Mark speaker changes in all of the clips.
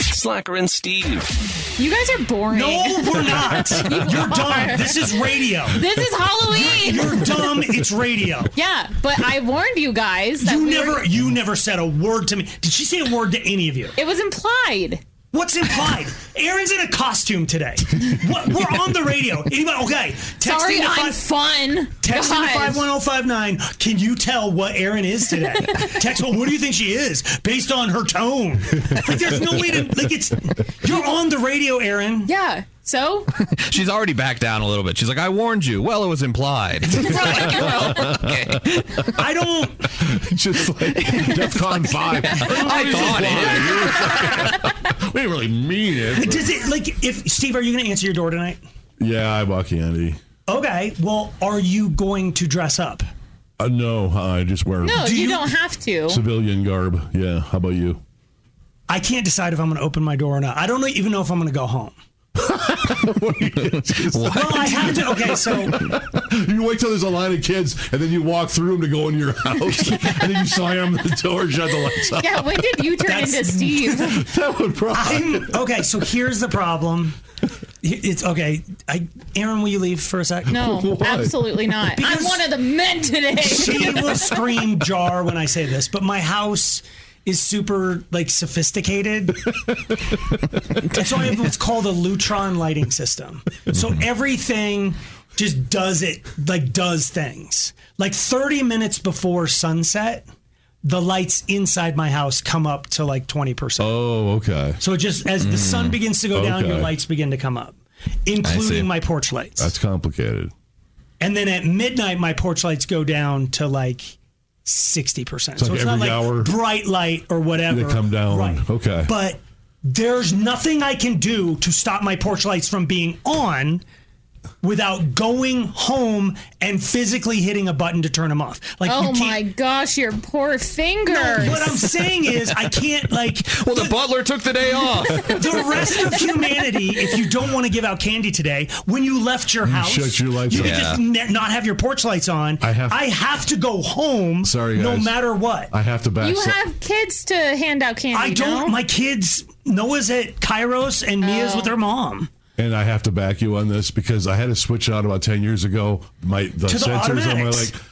Speaker 1: Slacker and Steve.
Speaker 2: You guys are boring.
Speaker 3: No, we're not. You're dumb. This is radio.
Speaker 2: This is Halloween.
Speaker 3: You're dumb. It's radio.
Speaker 2: yeah, but I warned you guys that
Speaker 3: You
Speaker 2: we
Speaker 3: never,
Speaker 2: were-
Speaker 3: you never said a word to me. Did she say a word to any of you?
Speaker 2: it was implied.
Speaker 3: What's implied? Aaron's in a costume today. What, we're on the radio. Anybody? Okay. Texting
Speaker 2: Sorry,
Speaker 3: to
Speaker 2: I'm
Speaker 3: five,
Speaker 2: fun.
Speaker 3: texting to
Speaker 2: Guys.
Speaker 3: five one zero five nine. Can you tell what Aaron is today? Text. Well, what do you think she is based on her tone? Like, there's no way to like. It's you're on the radio, Aaron.
Speaker 2: Yeah. So
Speaker 4: She's already backed down a little bit. She's like, I warned you. Well, it was implied.
Speaker 3: I don't.
Speaker 5: just like DEFCON five. I
Speaker 4: thought
Speaker 5: we didn't really mean it.
Speaker 3: Does it like if Steve? Are you going to answer your door tonight?
Speaker 5: Yeah, I bought candy.
Speaker 3: Okay. Well, are you going to dress up?
Speaker 5: Uh, no, I just wear
Speaker 2: no, you,
Speaker 3: you-
Speaker 2: don't have to.
Speaker 5: civilian garb. Yeah, how about you?
Speaker 3: I can't decide if I'm going to open my door or not. I don't even know if I'm going to go home. Well, I have to. Okay, so
Speaker 5: You wait till there's a line of kids, and then you walk through them to go into your house, and then you slam the door, shut the lights off.
Speaker 2: yeah. When did you turn into Steve?
Speaker 5: That would probably.
Speaker 3: I'm okay. So here's the problem. It's okay. I, Aaron, will you leave for a sec?
Speaker 2: No,
Speaker 5: Why?
Speaker 2: absolutely not.
Speaker 3: Because-
Speaker 2: I'm one of the men today.
Speaker 3: She will scream jar when I say this, but my house is super like sophisticated. and so I have what's called a Lutron lighting system. So everything just does it like does things. Like 30 minutes before sunset, the lights inside my house come up to like 20%.
Speaker 5: Oh, okay.
Speaker 3: So it just as the sun begins to go down, your
Speaker 5: Okay.
Speaker 3: lights begin to come up,
Speaker 4: Mm. I see.
Speaker 3: including my porch lights.
Speaker 5: That's complicated.
Speaker 3: and then at midnight, my porch lights go down to like sixty percent.
Speaker 5: It's
Speaker 3: so
Speaker 5: like
Speaker 3: it's not
Speaker 5: every
Speaker 3: like
Speaker 5: hour
Speaker 3: bright light or whatever.
Speaker 5: They come down.
Speaker 3: Right.
Speaker 5: Okay.
Speaker 3: But there's nothing I can do to stop my porch lights from being on without going home and physically hitting a button to turn them off. Like you
Speaker 2: oh
Speaker 3: can't-
Speaker 2: my gosh, your poor fingers.
Speaker 3: What I'm saying is, I can't like.
Speaker 4: well, the butler took the day off.
Speaker 3: the rest of humanity, if you don't want to give out candy today, when you left your house,
Speaker 5: shut your lights
Speaker 3: you
Speaker 5: off.
Speaker 3: could just ne- not have your porch lights on.
Speaker 5: I have-
Speaker 3: to go home.
Speaker 5: Sorry,
Speaker 3: no
Speaker 5: guys.
Speaker 3: matter what. I,
Speaker 5: I have to back.
Speaker 2: you have kids to hand out candy.
Speaker 3: don't.
Speaker 2: no?
Speaker 3: My kids, Noah's at Kairos and Mia's with her mom.
Speaker 5: And I have to back you on this because I had to switch out about ten years ago. My the
Speaker 3: To the
Speaker 5: sensors on my
Speaker 3: automatics.
Speaker 5: like,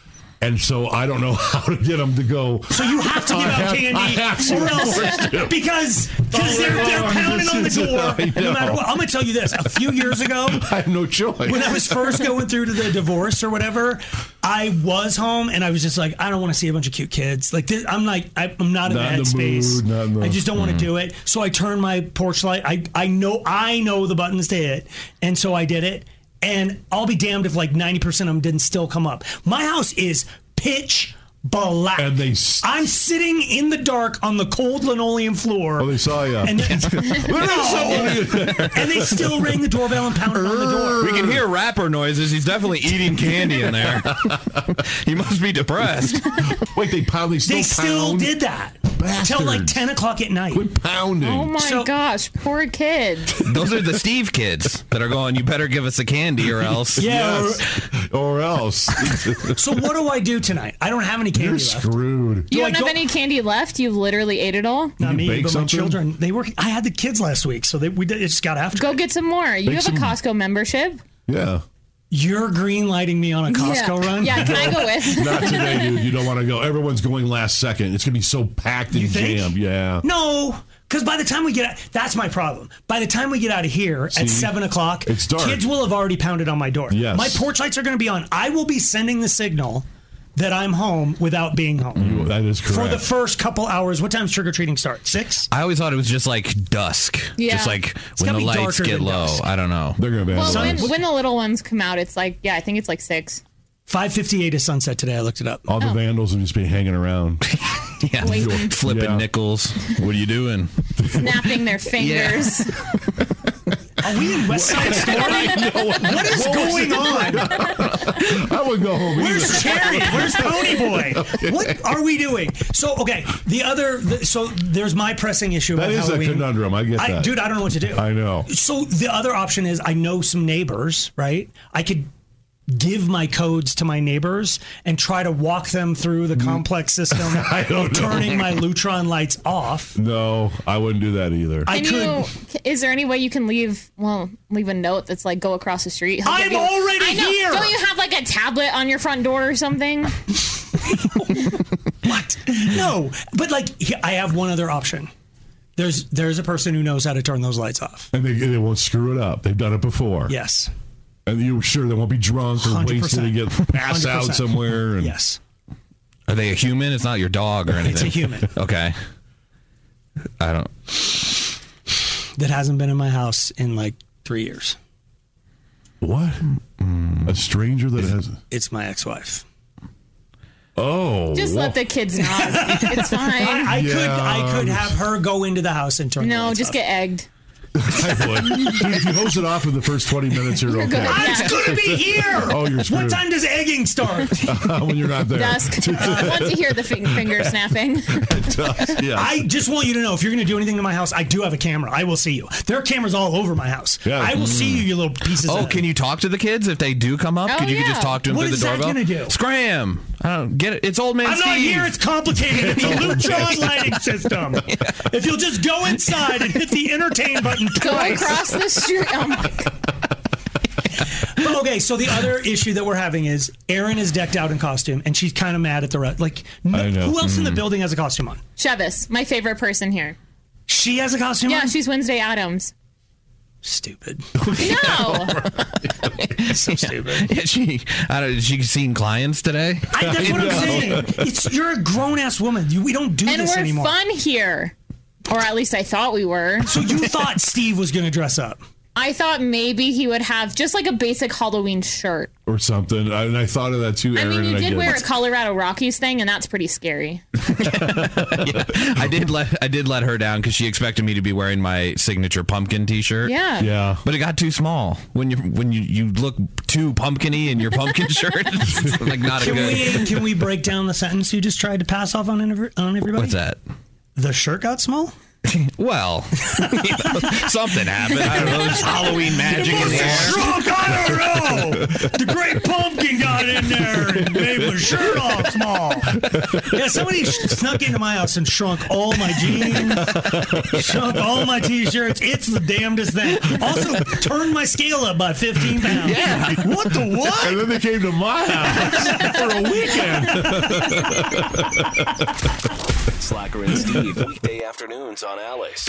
Speaker 5: and so I don't know how to get them to go.
Speaker 3: So you have to give
Speaker 5: I
Speaker 3: out
Speaker 5: have-
Speaker 3: candy,
Speaker 5: I have to,
Speaker 3: or
Speaker 5: of
Speaker 3: else
Speaker 5: course, too.
Speaker 3: because because they're,
Speaker 5: Oh,
Speaker 3: they're
Speaker 5: Lord,
Speaker 3: pounding on the
Speaker 5: this is- I
Speaker 3: door. No matter
Speaker 5: know.
Speaker 3: what, I'm gonna tell you this. A few years ago,
Speaker 5: I have no choice.
Speaker 3: when I was first going through to the divorce or whatever, I was home and I was just like, I don't want to see a bunch of cute kids. Like this, I'm like, I, I'm not in
Speaker 5: Not
Speaker 3: that
Speaker 5: in the
Speaker 3: space.
Speaker 5: mood, not in the- Mm.
Speaker 3: I just don't want to do it. So I turned my porch light. I I know I know the buttons to hit, and so I did it. And I'll be damned if like 90 percent of them didn't still come up. My house is pitch. Black.
Speaker 5: And they s-
Speaker 3: I'm sitting in the dark on the cold linoleum floor.
Speaker 5: oh, they saw you.
Speaker 3: and, and they still rang the doorbell and pounded on the door.
Speaker 4: We can hear rapper noises. He's definitely eating candy in there. he must be depressed.
Speaker 5: Wait, they pound. They still
Speaker 3: They still
Speaker 5: pound?
Speaker 3: did that until
Speaker 5: Bastards.
Speaker 3: like ten o'clock at night.
Speaker 5: Quit pounding.
Speaker 2: Oh my
Speaker 3: So-
Speaker 2: gosh, poor kids.
Speaker 4: Those are the Steve kids that are going, you better give us a candy or else.
Speaker 3: Yeah.
Speaker 5: Yes. Or else
Speaker 3: So what do I do tonight? I don't have any candy
Speaker 5: you're
Speaker 3: left.
Speaker 5: screwed.
Speaker 2: You
Speaker 3: I
Speaker 2: don't have
Speaker 3: go-
Speaker 2: any candy left. You literally ate it all.
Speaker 3: Not
Speaker 5: You
Speaker 3: me,
Speaker 5: bake
Speaker 3: but my
Speaker 5: something?
Speaker 3: children. They were. I had the kids last week, so they we did, it just got after.
Speaker 2: Go
Speaker 3: it.
Speaker 2: get some more. You have
Speaker 5: some-
Speaker 2: a Costco membership.
Speaker 5: Yeah.
Speaker 3: You're green lighting me on a Costco
Speaker 2: yeah.
Speaker 3: run?
Speaker 2: Yeah, can I go with?
Speaker 5: Not today, dude. You don't want to go. Everyone's going last second. It's gonna be so packed and
Speaker 3: think?
Speaker 5: jammed. Yeah.
Speaker 3: No, because by the time we get, that's my problem. By the time we get out of here at seven o'clock,
Speaker 5: It's dark.
Speaker 3: Kids will have already pounded on my door.
Speaker 5: Yes.
Speaker 3: my porch lights are going to be on. I will be sending the signal that I'm home without being home
Speaker 5: You- That is
Speaker 3: for
Speaker 5: correct.
Speaker 3: the first couple hours. What time's trick or treating start? Six.
Speaker 4: I always thought it was just like dusk.
Speaker 2: Yeah.
Speaker 4: Just like when
Speaker 3: gotta
Speaker 4: the
Speaker 3: be
Speaker 4: lights
Speaker 3: darker
Speaker 4: get
Speaker 3: than
Speaker 4: low.
Speaker 3: dusk.
Speaker 4: I don't know.
Speaker 5: They're gonna
Speaker 2: Well, when,
Speaker 5: vandalize.
Speaker 2: when the little ones come out, it's like, yeah, I think it's like six.
Speaker 3: Five fifty-eight is sunset today. I looked it up.
Speaker 5: All the vandals will just be hanging around.
Speaker 4: Yeah. Flipping
Speaker 5: Yeah.
Speaker 4: nickels. What are you doing?
Speaker 2: snapping their fingers.
Speaker 3: Are we in West Side Story?
Speaker 5: what
Speaker 3: What is going on?
Speaker 5: I would go home. either.
Speaker 3: Where's Cherry? Where's Pony Boy? What are we doing? So okay, the other the, so there's my pressing issue.
Speaker 5: That
Speaker 3: about
Speaker 5: is a
Speaker 3: Halloween.
Speaker 5: conundrum. I get
Speaker 3: I,
Speaker 5: that.
Speaker 3: dude. I don't know what to do.
Speaker 5: I know.
Speaker 3: So the other option is I know some neighbors, right? I could give my codes to my neighbors and try to walk them through the complex system
Speaker 5: Mm. I don't
Speaker 3: of
Speaker 5: know.
Speaker 3: turning my Lutron lights off.
Speaker 5: No, I wouldn't do that either.
Speaker 3: I
Speaker 2: Can
Speaker 3: could.
Speaker 2: you? Is there any way you can leave? Well, leave a note that's like go across the street. He'll
Speaker 3: I'm
Speaker 2: give you-
Speaker 3: already
Speaker 2: I know.
Speaker 3: here!
Speaker 2: Don't you have like a tablet on your front door or something?
Speaker 3: What? No, but like he- I have one other option. There's there's a person who knows how to turn those lights off.
Speaker 5: and they, they won't screw it up. They've done it before.
Speaker 3: Yes.
Speaker 5: And you're sure they won't be drunk or
Speaker 3: 100%.
Speaker 5: wasted and get passed out
Speaker 3: 100%.
Speaker 5: somewhere. And
Speaker 3: Yes.
Speaker 4: Are they a human? It's not your dog or anything.
Speaker 3: It's a human
Speaker 4: Okay. I don't.
Speaker 3: that hasn't been in my house in like 3 years.
Speaker 5: What? A stranger that has.
Speaker 3: It's my ex-wife.
Speaker 5: Oh.
Speaker 2: Just let the kids know. It's fine.
Speaker 3: I could
Speaker 5: Yeah.
Speaker 3: I could have her go into the house and turn the
Speaker 2: No,
Speaker 3: lights
Speaker 2: just
Speaker 3: off.
Speaker 2: get egged.
Speaker 5: I would. Dude, if you hose it off in the first 20 minutes, you're okay.
Speaker 2: good.
Speaker 3: It's gonna be here.
Speaker 5: Oh, you're
Speaker 3: What
Speaker 5: screwed.
Speaker 3: time does egging start?
Speaker 5: Uh, when you're not there.
Speaker 2: Dusk. Uh, once you hear the fin- finger snapping,
Speaker 5: Yeah.
Speaker 3: I just want you to know if you're going to do anything to my house, I do have a camera. I will see you. There are cameras all over my house.
Speaker 5: Yeah. Mm.
Speaker 3: I will see you, you little pieces.
Speaker 4: Oh,
Speaker 3: of
Speaker 4: can you talk to the kids if they do come up?
Speaker 2: Oh,
Speaker 4: could you could
Speaker 2: yeah.
Speaker 4: just talk to them
Speaker 3: What
Speaker 4: through
Speaker 3: is
Speaker 4: the
Speaker 3: that
Speaker 4: doorbell?
Speaker 3: gonna do?
Speaker 4: Scram! I don't get it. It's old man
Speaker 3: I'm
Speaker 4: Steve.
Speaker 3: not here. It's complicated. It's a Lutron lighting system. If you'll just go inside and hit the entertain button
Speaker 2: go
Speaker 3: twice.
Speaker 2: across the street. Oh my God.
Speaker 3: Okay, so the other issue that we're having is Erin is decked out in costume, and she's kind of mad at the rest. Like, no,
Speaker 5: I know.
Speaker 3: who else in the building has a costume on?
Speaker 2: Chevis, my favorite person here.
Speaker 3: She has a costume
Speaker 2: Yeah,
Speaker 3: on.
Speaker 2: she's Wednesday Adams.
Speaker 3: stupid.
Speaker 2: No,
Speaker 3: so stupid.
Speaker 4: Yeah, she, I don't. She seen clients today.
Speaker 3: I, that's what I'm saying. It's you're a grown ass woman. You, we don't do
Speaker 2: and
Speaker 3: this
Speaker 2: we're
Speaker 3: anymore.
Speaker 2: fun here, or at least I thought we were.
Speaker 3: So you thought Steve was going to dress up?
Speaker 2: I thought maybe he would have just like a basic Halloween shirt.
Speaker 5: or something. I, and I thought of that too,
Speaker 2: I
Speaker 5: Aaron.
Speaker 2: mean, you
Speaker 5: and
Speaker 2: did
Speaker 5: I
Speaker 2: wear a Colorado Rockies thing, and that's pretty scary.
Speaker 4: I did let I did let her down because she expected me to be wearing my signature pumpkin T-shirt.
Speaker 2: Yeah.
Speaker 5: Yeah.
Speaker 4: But it got too small when you when you, you look too pumpkiny in your pumpkin shirt. It's like not a
Speaker 3: Can
Speaker 4: good.
Speaker 3: we can we break down the sentence you just tried to pass off on every- on everybody?
Speaker 4: What's that?
Speaker 3: The shirt got small.
Speaker 4: Well, you know, something happened. I don't know. There's Halloween magic in the air.
Speaker 3: Shrunk, I don't know. The great pumpkin got in there and made my shirt all small. Yeah, somebody sh- snuck into my house and shrunk all my jeans, shrunk all my t-shirts. It's the damnedest thing. Also, turned my scale up by 15 pounds. Yeah. What the
Speaker 5: And
Speaker 3: what?
Speaker 5: then they came to my house for a weekend.
Speaker 1: Slacker and Steve, weekday afternoons on Alice.